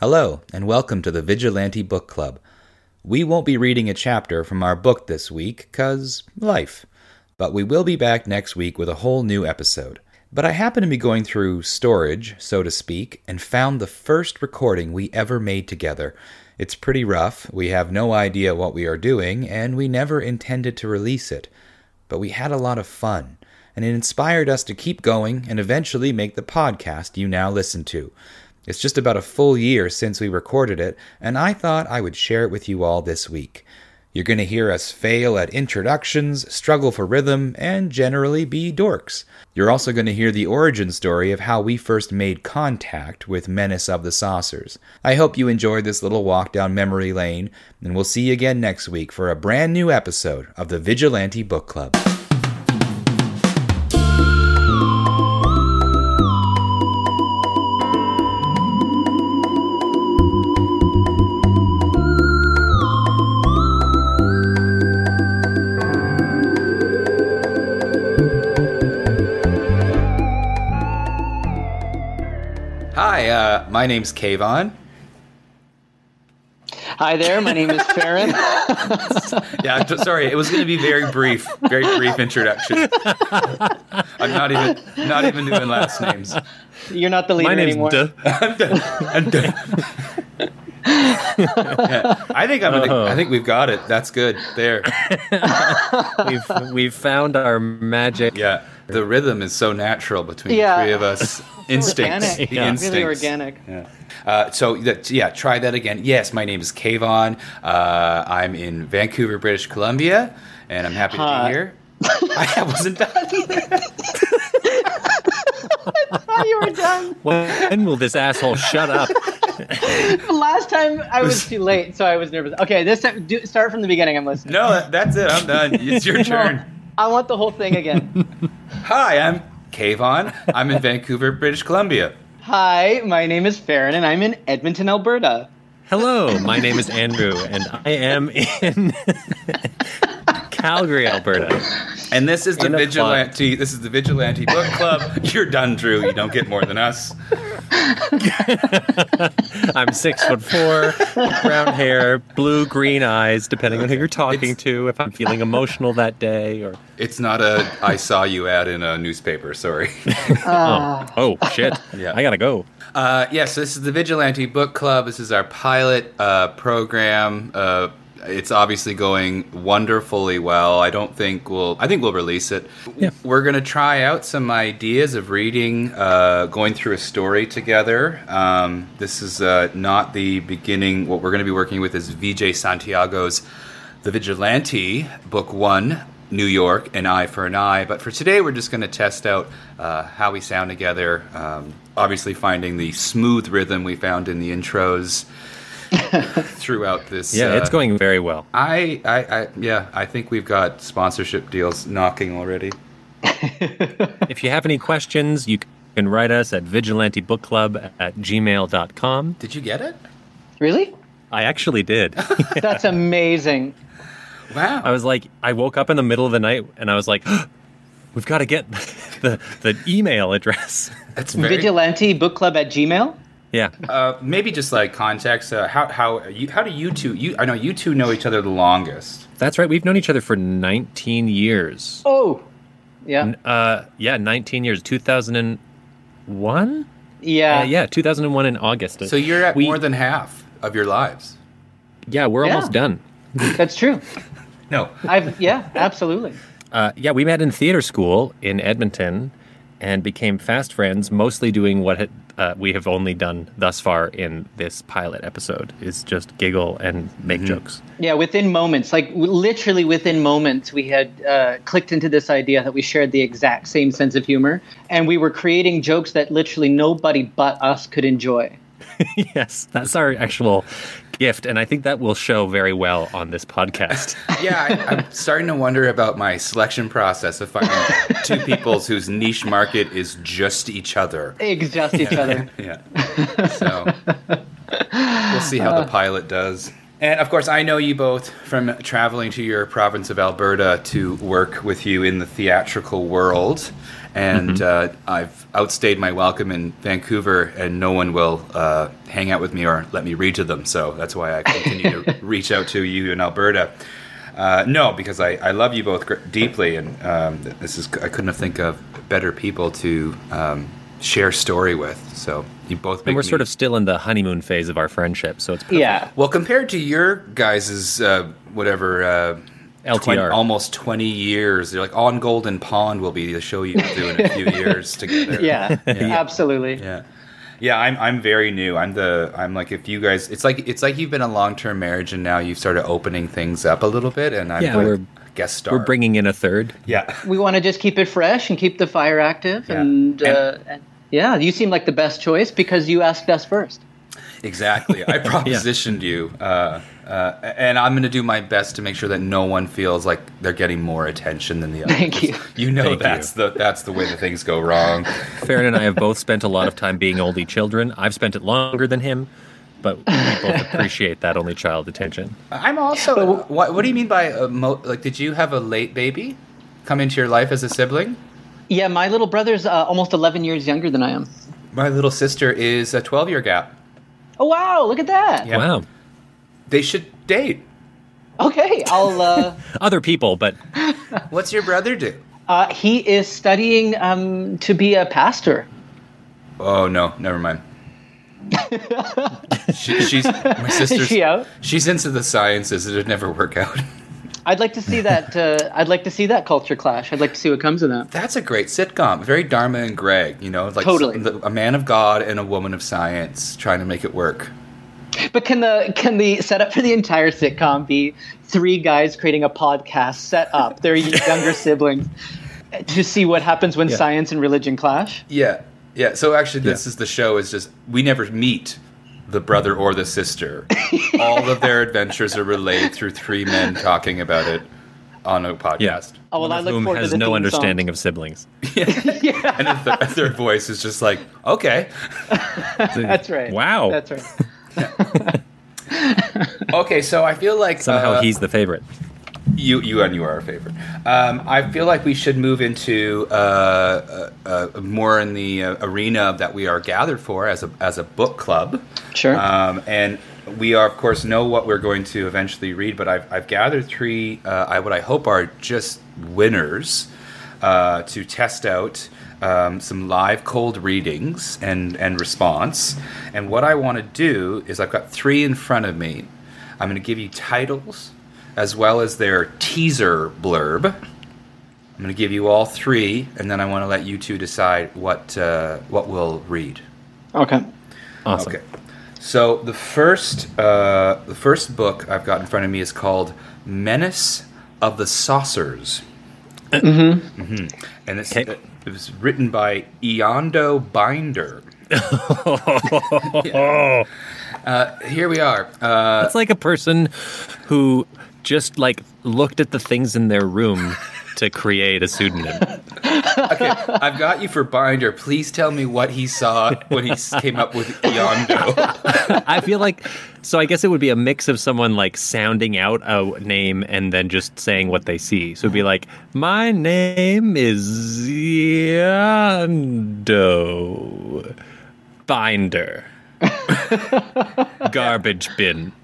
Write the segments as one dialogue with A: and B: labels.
A: Hello, and welcome to the Vigilante Book Club. We won't be reading a chapter from our book this week, 'cause life. But we will be back next week with a whole new episode. But I happened to be going through storage, so to speak, and found the first recording we ever made together. It's pretty rough, we have no idea what we are doing, and we never intended to release it. But we had a lot of fun, and it inspired us to keep going and eventually make the podcast you now listen to. It's just about a full year since we recorded it, and I thought I would share it with you all this week. You're going to hear us fail at introductions, struggle for rhythm, and generally be dorks. You're also going to hear the origin story of how we first made contact with Menace of the Saucers. I hope you enjoyed this little walk down memory lane, and we'll see you again next week for a brand new episode of the Vigilante Book Club. Hi, uh, my name's Kayvon.
B: Hi there, my name is Farron.
A: Yeah, I'm t- sorry. It was going to be very brief, very brief introduction. I'm not even not even doing last names.
B: You're not the leader
C: My name's
B: anymore.
C: D.
A: I'm done. I'm done. I think I'm. Gonna, I think we've got it. That's good. There.
C: We've we've found our magic.
A: Yeah. The rhythm is so natural between
B: Yeah.
A: the three of us. Instincts.
B: Organic.
A: The
C: Yeah.
A: instincts.
B: Really organic.
A: Yeah. Uh, so that, yeah, try that again. Yes, my name is Kayvon. Uh, I'm in Vancouver, British Columbia, and I'm happy to
B: Hi.
A: be here. I wasn't done.
B: Oh, you were done.
C: When will this asshole shut up?
B: Last time I was too late, so I was nervous. Okay, this time do, start from the beginning. I'm listening.
A: No, that- that's it. I'm done. It's your turn.
B: I want the whole thing again.
A: Hi, I'm Kayvon. I'm in Vancouver, British Columbia.
B: Hi, my name is Farron, and I'm in Edmonton, Alberta.
C: Hello, my name is Andrew, and I am in Calgary, Alberta.
A: And this is the
C: And a
A: vigilante. This is the vigilante book club. You're done, Drew. You don't get more than us.
C: I'm six foot four, brown hair, blue green eyes, depending on who you're talking
A: It's-
C: to. If I'm feeling emotional that day, or
A: It's not a. I saw you ad in a newspaper. Sorry.
C: oh shit,
A: Yeah.
C: I gotta go.
A: Uh, yes, this is the Vigilante Book Club. This is our pilot uh, program. Uh, it's obviously going wonderfully well. I don't think we'll. I think we'll release it.
C: Yeah.
A: We're going to try out some ideas of reading, uh, going through a story together. Um, this is uh, not the beginning. What we're going to be working with is VJ Santiago's The Vigilante, Book One, New York, An Eye for an Eye. But for today, we're just going to test out uh, how we sound together. Um, obviously, finding the smooth rhythm we found in the intros throughout this.
C: Yeah, it's
A: uh,
C: going very well.
A: I, I, I, yeah, I think we've got sponsorship deals knocking already.
C: If you have any questions, you can write us at vigilantebookclub at gmail.com.
A: Did you get it?
B: Really?
C: I actually did.
B: That's amazing.
A: Wow.
C: I was like, I woke up in the middle of the night and I was like, we've got to get the, the email address.
A: That's very.
B: Vigilante Book Club at Gmail.
C: yeah.
A: Uh, maybe just like context. Uh, how how you how do you two? You I know you two know each other the longest.
C: That's right. We've known each other for 19 years.
B: Oh, yeah,
C: Uh, yeah, 19 years. 2001?
B: yeah,
C: Uh, yeah, 2001 in August.
A: So you're at
C: Uh, We-
A: more than half of your lives.
C: Yeah, we're
B: Yeah.
C: almost done.
B: That's true.
A: No,
B: I've yeah, absolutely.
C: Uh, yeah, we met in theater school in Edmonton and became fast friends, mostly doing what had- uh, we have only done thus far in this pilot episode is just giggle and make jokes.
B: Yeah, within moments, like w- literally within moments, we had uh, clicked into this idea that we shared the exact same sense of humor, and we were creating jokes that literally nobody but us could enjoy.
C: Yes, that's our actual gift, and I think that will show very well on this podcast.
A: yeah, I, I'm starting to wonder about my selection process of finding two peoples whose niche market is just each other.
B: Ex- Just each other.
A: Yeah. So we'll see how
C: Uh.
A: the pilot does. And of course, I know you both from traveling to your province of Alberta to work with you in the theatrical world. and
C: Mm-hmm.
A: uh, I've outstayed my welcome in Vancouver, and no one will uh, hang out with me or let me read to them. So that's why I continue to reach out to you in Alberta. Uh, no, because I, I love you both gr- deeply, and um, this is I couldn't have think of better people to um, share story with. So you both make
C: And we're
A: me-
C: sort of still in the honeymoon phase of our friendship, so it's perfect.
B: Yeah.
A: well compared to your guys's uh, whatever uh, 20
C: LTR.
A: almost twenty years. You're like on Golden Pond will be the show you do in a few years together.
B: Yeah, absolutely.
A: Yeah. Yeah, I'm I'm very new. I'm the I'm like if you guys it's like it's like you've been in a long term marriage and now you've started opening things up a little bit and I'm
C: Yeah,
A: like
C: we're-
A: guest star.
C: We're bringing in a third.
A: yeah.
B: We want to just keep it fresh and keep the fire active.
A: Yeah.
B: And, uh, and yeah, you seem like the best choice because you asked us first.
A: Exactly. I propositioned you. Uh, uh, and I'm going to do my best to make sure that no one feels like they're getting more attention than the other.
B: Thank you.
A: You know
C: Thank
A: that's the that's the way that things go wrong.
C: Farron and I have both spent a lot of time being only children. I've spent it longer than him, but we both appreciate that only child attention.
A: I'm also what, what do you mean by a mo- like did you have a late baby come into your life as a sibling?
B: Yeah, my little brother's uh, almost 11 years younger than I am.
A: My little sister is a 12 year gap.
B: Oh, wow, look at that.
A: Yeah.
C: Wow.
A: They should date.
B: Okay, I'll. Uh,
C: Other people, but
A: What's your brother do?
B: uh, he is studying um, to be a pastor.
A: Oh no, never mind. she, she's my sister's.
B: Is she out?
A: She's into the sciences. It'd never work out.
B: I'd like to see that. Uh, I'd like to see that culture clash. I'd like to see what comes of that.
A: That's a great sitcom. Very Dharma and Greg. You know, like
B: Totally.
A: the- a man of God and a woman of science trying to make it work.
B: But can the can the setup for the entire sitcom be three guys creating a podcast set up their younger siblings to see what happens when science and religion clash?
A: Yeah, yeah. So actually, this is the show. Is just we never meet the brother or the sister. All of their adventures are relayed through three men talking about it on a podcast.
C: yeah.
B: Oh, well,
C: One
B: I
C: of
B: look
C: whom
B: forward to
C: has
B: the
C: no
B: theme
C: understanding of siblings.
A: And the third, third voice is just like, okay,
B: That's right.
C: Wow.
B: That's right.
A: okay. So I feel like
C: Somehow
A: uh,
C: he's the favorite.
A: you, you, and you are our favorite. Um, I feel like we should move into uh, uh, uh, more in the uh, arena that we are gathered for as a as a book club.
B: Sure.
A: Um, and we are, of course, know what we're going to eventually read, but I've, I've gathered three, uh, I, what I hope are just winners uh, to test out um, some live cold readings and, and response. And what I want to do is I've got three in front of me. I'm going to give you titles as well as their teaser blurb. I'm going to give you all three, and then I want to let you two decide what uh, what we'll read.
B: okay.
C: Awesome.
A: Okay. So the first uh, the first book I've got in front of me is called Menace of the Saucers. Mm-hmm. And it's,
C: Okay.
A: it was written by Eondo Binder. uh, here we are. Uh,
C: That's like a person who just like looked at the things in their room to create a pseudonym.
A: okay, I've got you for Binder. Please tell me what he saw when he s- came up with Eondo.
C: I feel like so I guess it would be a mix of someone like sounding out a name and then just saying what they see. So it'd be like, My name is Yando Binder. Garbage bin.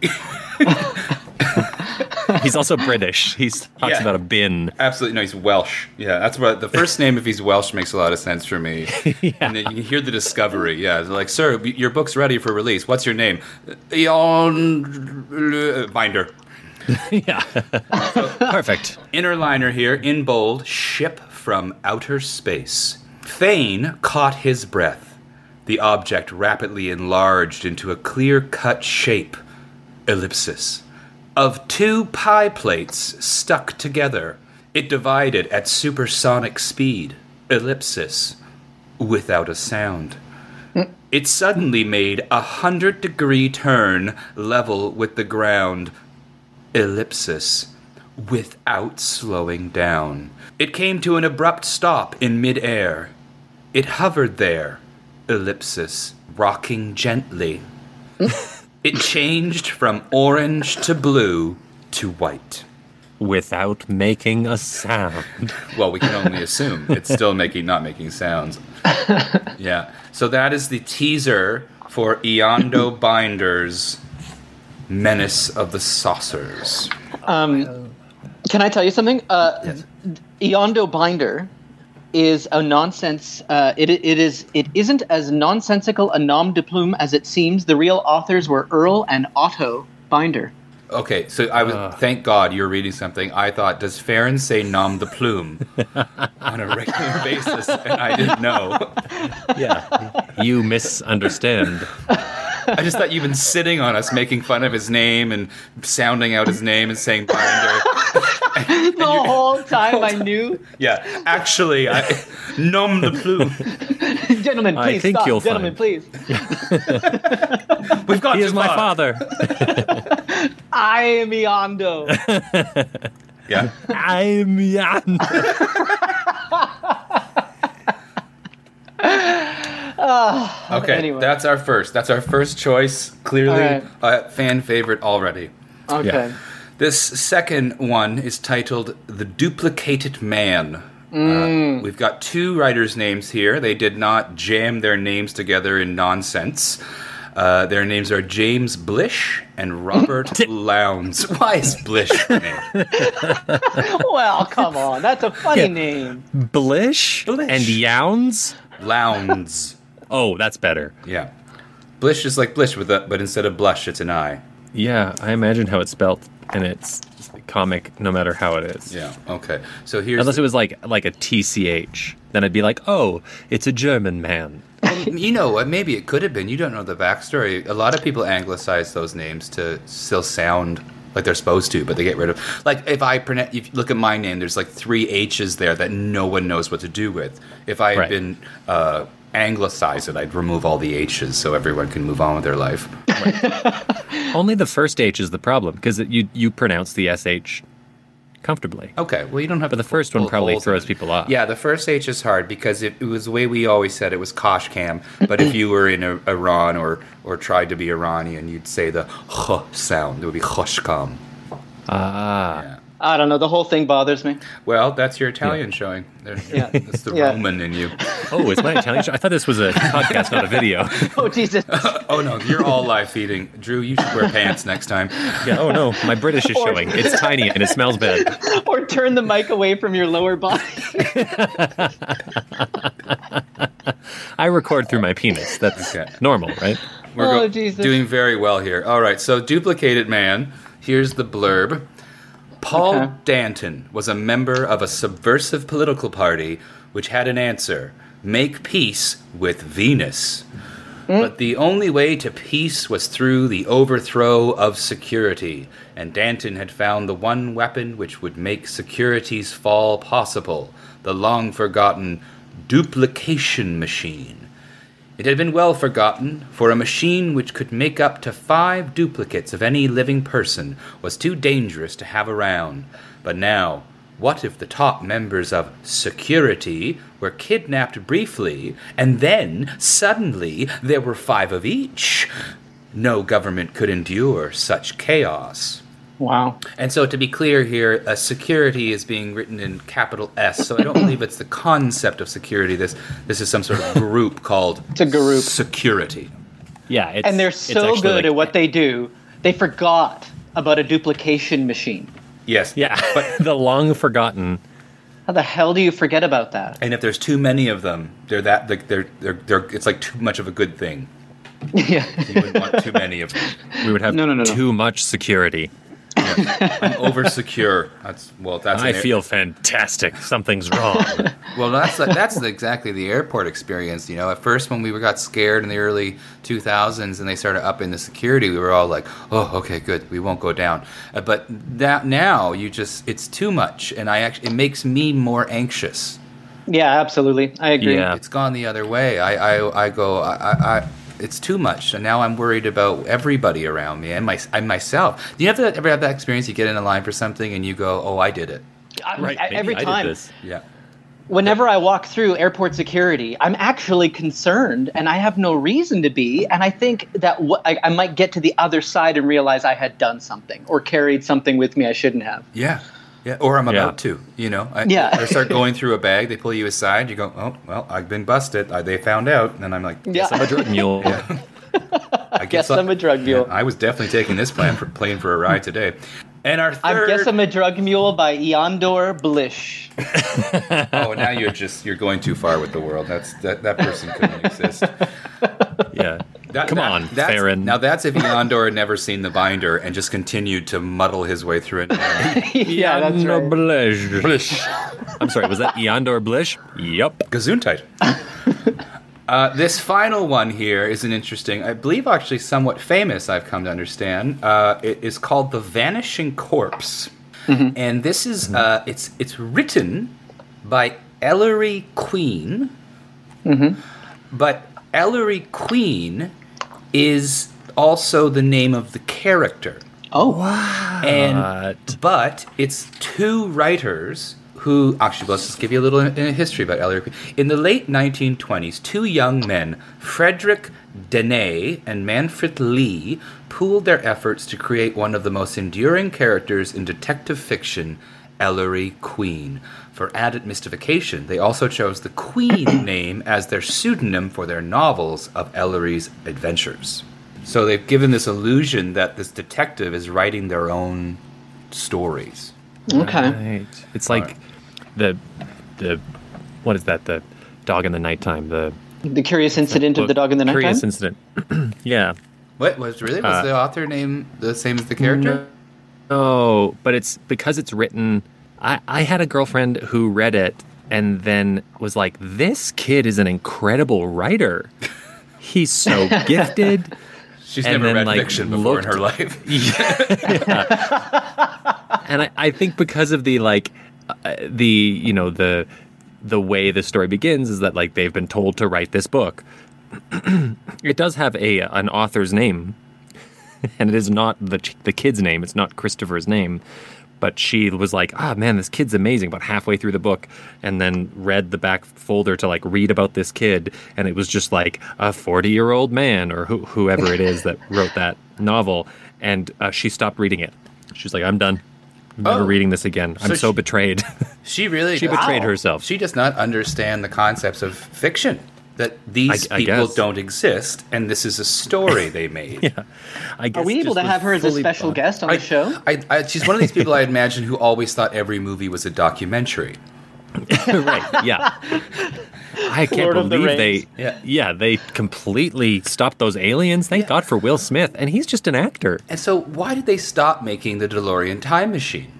C: He's also British. He talks
A: Yeah.
C: about a bin.
A: Absolutely no, he's Welsh. Yeah, that's what the first name. If he's Welsh, makes a lot of sense for me. And then you can hear the discovery. Yeah, they're like, sir, y- your book's ready for release. What's your name? Eon Binder.
C: yeah. Perfect.
A: Inner liner here in bold. Ship from outer space. Thane caught his breath. The object rapidly enlarged into a clear-cut shape, ellipsis, of two pie plates stuck together. It divided at supersonic speed, ellipsis, without a sound. It suddenly made a hundred degree turn level with the ground, ellipsis, without slowing down. It came to an abrupt stop in midair. It hovered there, ellipsis, rocking gently. it changed from orange to blue to white.
C: without making a sound.
A: Well, we can only assume it's still making not making sounds. yeah. So that is the teaser for Eondo Binder's Menace of the Saucers.
B: Um, can I tell you something? Uh, Eondo Binder is a nonsense. Uh, it, it is. It isn't as nonsensical a nom de plume as it seems. The real authors were Earl and Otto Binder.
A: Okay, so I was. thank God you're reading something. I thought, does Farron say nom de plume on a regular basis? And I didn't know.
C: Yeah. You misunderstand.
A: I just thought you've been sitting on us, making fun of his name and sounding out his name and saying binder.
B: The whole time I knew,
A: Yeah, actually, I, nom de plume.
B: gentlemen,
C: I
B: please
C: think
B: stop.
C: you'll
B: gentlemen,
C: find-
B: please.
A: We've got
C: He is
A: your
C: my
A: father.
C: father.
B: I am Eondo.
A: Yeah.
C: I'm Jan.
A: Okay,
B: Anyway.
A: that's our first. That's our first choice. Clearly,
B: All right.
A: uh, fan favorite already.
B: Okay.
A: This second one is titled The Duplicated Man. Uh, we've got two writers' names here. They did not jam their names together in nonsense. Uh, their names are James Blish and Robert Lowndes. Why is Blish the name?
B: Well, come on. That's a funny name.
C: Blish,
A: Blish.
C: and Yowns.
A: Lowndes.
C: Oh, that's better.
A: Yeah. Blish is like Blish, with a, but instead of blush, it's an I.
C: Yeah, I imagine how it's spelt, and it's comic no matter how it is.
A: Yeah, okay. So here's.
C: Unless it was like like a TCH, then I'd be like, oh, it's a German man.
A: you know what? Maybe it could have been. You don't know the backstory. A lot of people anglicize those names to still sound like they're supposed to, but they get rid of. Like if I pronounce, if you look at my name, there's like three H's there that no one knows what to do with. If I had
C: Right.
A: been uh, anglicized it, I'd remove all the H's so everyone can move on with their life.
C: Only the first H is the problem because you you pronounce the SH comfortably.
A: Okay, well you don't have.
C: But the first one probably throws
A: people.
C: people off.
A: Yeah, the first H is hard because it, it was the way we always said it was Kosh Cam. But if you were in a, Iran or or tried to be Iranian, you'd say the h sound. It would be Khoshkam.
C: Ah.
A: Yeah.
B: I don't know. The whole thing bothers me.
A: Well, that's your Italian showing. There,
B: Yeah.
A: That's the
B: Yeah.
A: Roman in you.
C: Oh, it's my Italian show. I thought this was a podcast, not a video.
B: Oh, Jesus.
A: Oh no, you're all live feeding. Drew, you should wear pants next time.
C: Yeah. Oh no, my British is showing. It's tiny and it smells bad.
B: or turn the mic away from your lower body.
C: I record through my penis. That's
A: Okay.
C: normal, right?
A: We're
B: Oh,
A: go-
B: Jesus.
A: doing very well here. All right, so duplicated man. Here's the blurb. Paul
B: Okay.
A: Danton was a member of a subversive political party which had an answer: make peace with Venus.
B: Hmm?
A: But the only way to peace was through the overthrow of security, and Danton had found the one weapon which would make security's fall possible the long forgotten duplication machine. It had been well forgotten, for a machine which could make up to five duplicates of any living person was too dangerous to have around. But now, what if the top members of security were kidnapped briefly, and then, suddenly, there were five of each? No government could endure such chaos.
B: Wow.
A: And so, to be clear here, uh, security is being written in capital S. So I don't believe it's the concept of security. This this is some sort of group called
B: It's a group.
A: security.
C: Yeah. It's,
B: And they're
C: it's
B: so
C: actually
B: good
C: like-
B: at what they do, they forgot about a duplication machine.
A: Yes.
C: Yeah. the long forgotten.
B: How the hell do you forget about that?
A: And if there's too many of them, they're that like they're they're, they're it's like too much of a good thing.
B: yeah.
A: You wouldn't want too many of them.
C: We would have
B: No, no, no, no.
C: too much security.
A: I'm over secure. That's well. That's
C: I
A: an air-
C: feel fantastic. Something's wrong.
A: Well, that's that's exactly the airport experience. You know, at first when we were- got scared in the early 2000s and they started upping the security, we were all like, "Oh, okay, good, we won't go down." Uh, but that now you just it's too much, and I actually it makes me more anxious.
B: Yeah, absolutely. I agree.
C: Yeah.
A: It's gone the other way. I I, I go I. I, I it's too much, and now I'm worried about everybody around me and my I myself. Do you ever ever have that experience? You get in a line for something, and you go, "Oh, I did it."
B: I-
C: right.
B: I-
C: maybe
B: E-, every
C: I did
B: time.
C: this.
A: Yeah.
B: whenever I walk through airport security, I'm actually concerned and I have no reason to be. And I think that wh- I, I might get to the other side and realize I had done something or carried something with me I shouldn't have.
A: Yeah. Yeah, or I'm
C: Yeah.
A: about to. You know, I,
B: Yeah.
A: I start going through a bag. They pull you aside. You go, oh well, I've been busted. Uh, they found out, and I'm like,
B: Yeah.
C: I'm a drug mule.
A: I guess,
B: Guess I'm a drug mule.
A: I was definitely taking this plan for plane for a ride today. And our
B: I
A: third.
B: guess I'm a drug mule by Eondor Blish.
A: oh, now you're just you're going too far with the world. That's that that person couldn't exist.
C: Yeah.
A: That-
C: Come
A: that-
C: on,
A: that's,
C: Farron.
A: Now that's if Yondor had never seen the binder and just continued to muddle his way through it.
B: yeah, that's
C: Eandor
B: right.
C: Blish. I'm sorry, was that Eondor Blish? Yup.
A: Gesundheit. Uh, this final one here is an interesting, I believe, actually somewhat famous. I've come to understand. Uh, it is called the Vanishing Corpse, and this is uh, it's it's written by Ellery Queen, but Ellery Queen is also the name of the character.
B: Oh,
A: And
C: But-
A: but it's two writers who actually let's just give you a little in, in history about Ellery Queen. In the late 1920s, two young men, Frederick Dene and Manfred Lee, pooled their efforts to create one of the most enduring characters in detective fiction, Ellery Queen. For added mystification, they also chose the Queen name as their pseudonym for their novels of Ellery's adventures. So they've given this illusion that this detective is writing their own stories.
B: okay.
C: Right. It's like the the what is that? The dog in the nighttime. The
B: The curious incident of the dog in the nighttime.
C: Curious incident. yeah.
A: What was really was
C: Uh,
A: the author name the same as the character?
C: Oh, but it's because it's written. I, I had a girlfriend who read it and then was like, "This kid is an incredible writer. He's so gifted."
A: She's
C: and
A: never
C: then,
A: read
C: like,
A: fiction before in
C: looked-
A: her life.
C: and I, I think because of the like uh, the you know the the way the story begins is that like they've been told to write this book it does have a an author's name and it is not the ch- the kid's name it's not christopher's name but she was like ah man this kid's amazing about halfway through the book and then read the back folder to like read about this kid and it was just like a 40 year old man or who whoever it is that wrote that novel and uh, she stopped reading it she's like i'm done I'm never
A: Oh.
C: reading this again i'm
A: So
C: so
A: she-
C: betrayed
A: She really
C: She
A: does-
C: betrayed herself.
A: She does not understand the concepts of fiction. That these
C: I
A: people
C: guess.
A: don't exist, and this is a story they made.
C: I guess
B: Are we able
C: just
B: to
C: was
B: have her as a
C: fully
B: special
C: bought-
B: guest on the show?
A: I, I, she's one of these people I imagine who always thought every movie was a documentary.
C: right. Yeah. I can't
B: Lord of the
C: believe they.
A: Rings. Yeah.
C: Yeah. they completely stopped those aliens. Thank God for Will Smith, and he's just an actor.
A: And so, why did they stop making the DeLorean time machine?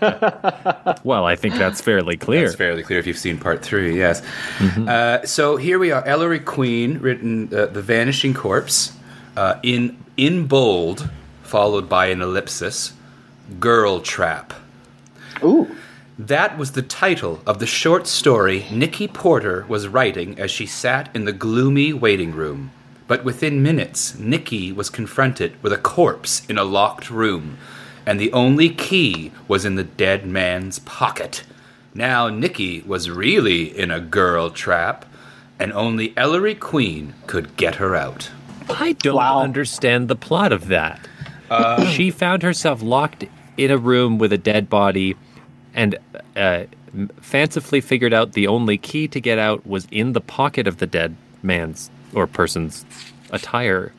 C: Well, I think that's fairly clear.
A: It's fairly clear if you've seen part three, yes. Uh, so here we are Ellery Queen, written uh, The Vanishing Corpse, uh, in, in bold, followed by an ellipsis Girl Trap.
B: Ooh.
A: That was the title of the short story Nikki Porter was writing as she sat in the gloomy waiting room. But within minutes, Nikki was confronted with a corpse in a locked room, and the only key was in the dead man's pocket. Now Nikki was really in a girl trap, and only Ellery Queen could get her out.
C: I don't
B: Wow.
C: understand the plot of that.
A: Uh,
C: she found herself locked in a room with a dead body, and uh, m- fancifully figured out the only key to get out was in the pocket of the dead man's or person's attire.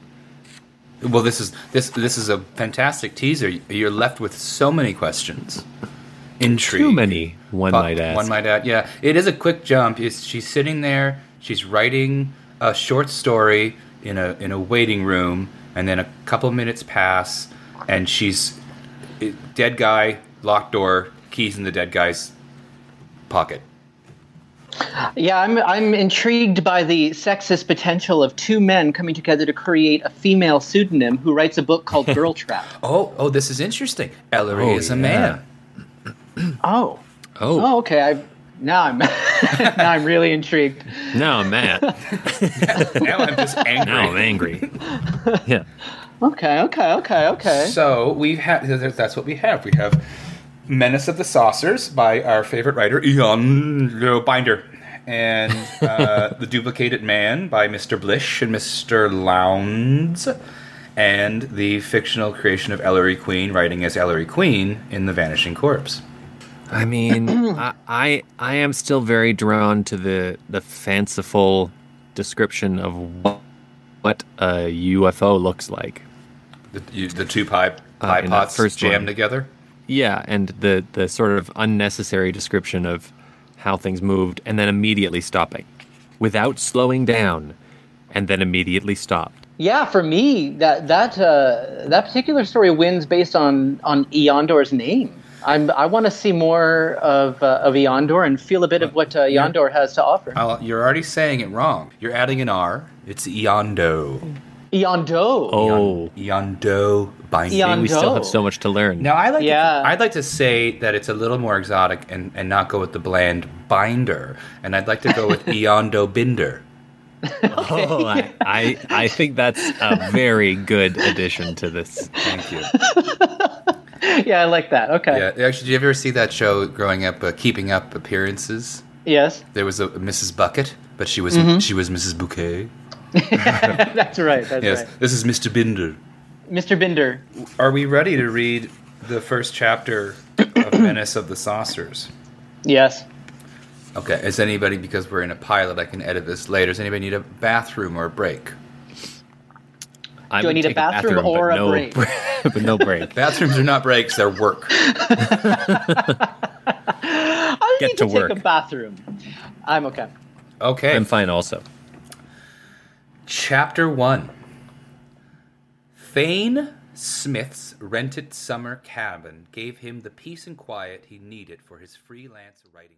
A: Well, this is this this is a fantastic teaser. You're left with so many questions. Intrigue.
C: Too many, one
A: Fuck,
C: might ask.
A: One might add. Yeah, it is a quick jump. It's, she's sitting there. She's writing a short story in a in a waiting room, and then a couple minutes pass, and she's it- dead guy, locked door, keys in the dead guy's pocket.
B: Yeah, I'm I'm intrigued by the sexist potential of two men coming together to create a female pseudonym who writes a book called Girl Trap.
A: Oh, oh, this is interesting. Ellery
C: Oh,
A: is
C: yeah.
A: a man.
B: Oh.
C: Oh,
B: Oh, okay. I now I'm now I'm really intrigued.
C: no, Matt.
A: Now I'm just angry.
C: Now I'm angry. yeah.
B: Okay, okay, okay, okay.
A: So we have that's what we have. We have Menace of the Saucers by our favorite writer Ian Le Binder, and uh, The Duplicated Man by Mr. Blish and Mr. Lowndes, and the fictional creation of Ellery Queen writing as Ellery Queen in The Vanishing Corpse.
C: I mean, I, I I am still very drawn to the the fanciful description of what, what a UFO looks like.
A: The, you- the two pie, pie
C: Uh, in that
A: pots
C: first
A: jammed
C: one.
A: together?
C: Yeah, and the the sort of unnecessary description of how things moved, and then immediately stopping, without slowing down, and then immediately stopped.
B: Yeah, for me, that that uh, that particular story wins based on on Eondor's name. I'm, I want to see more of uh, of Eondor and feel a bit of what uh, Eondor has to offer.
A: Well, you're already saying it wrong. You're adding an R. It's Eondo.
B: Eondo.
C: Oh,
A: Eondo binding.
B: Eon-
C: we still have
B: no.
C: so much to learn.
A: Now I like
B: Yeah.
A: to, I'd like to say that it's a little more exotic and, and not go with the bland binder. And I'd like to go with Eondo Binder.
C: Oh, I, I I think that's a very good addition to this.
A: Thank you.
B: Yeah, I like that. Okay.
A: Yeah. Actually, did you ever see that show growing up, uh, Keeping Up Appearances?
B: Yes,
A: There was a Mrs. Bucket, but she was
B: Mm-hmm.
A: she was Mrs. Bouquet.
B: that's right. That's
A: Yes.
B: right.
A: This is Mr. Binder.
B: Mr. Binder.
A: Are we ready to read the first chapter of Menace of the Saucers?
B: Yes.
A: Okay. Is anybody because we're in a pilot? I can edit this later. Does anybody need a bathroom or a break?
C: I
B: Do I
C: would
B: need a
C: take
B: bathroom
C: but
B: or a
C: no
B: break?
C: but no break.
A: Bathrooms are not breaks; they're work.
B: I
C: Get
B: need
C: to
B: to,
C: work.
B: take a bathroom. I'm okay.
A: Okay.
C: I'm fine. Also,
A: Chapter 1 Thane Smith's rented summer cabin gave him the peace and quiet he needed for his freelance writing.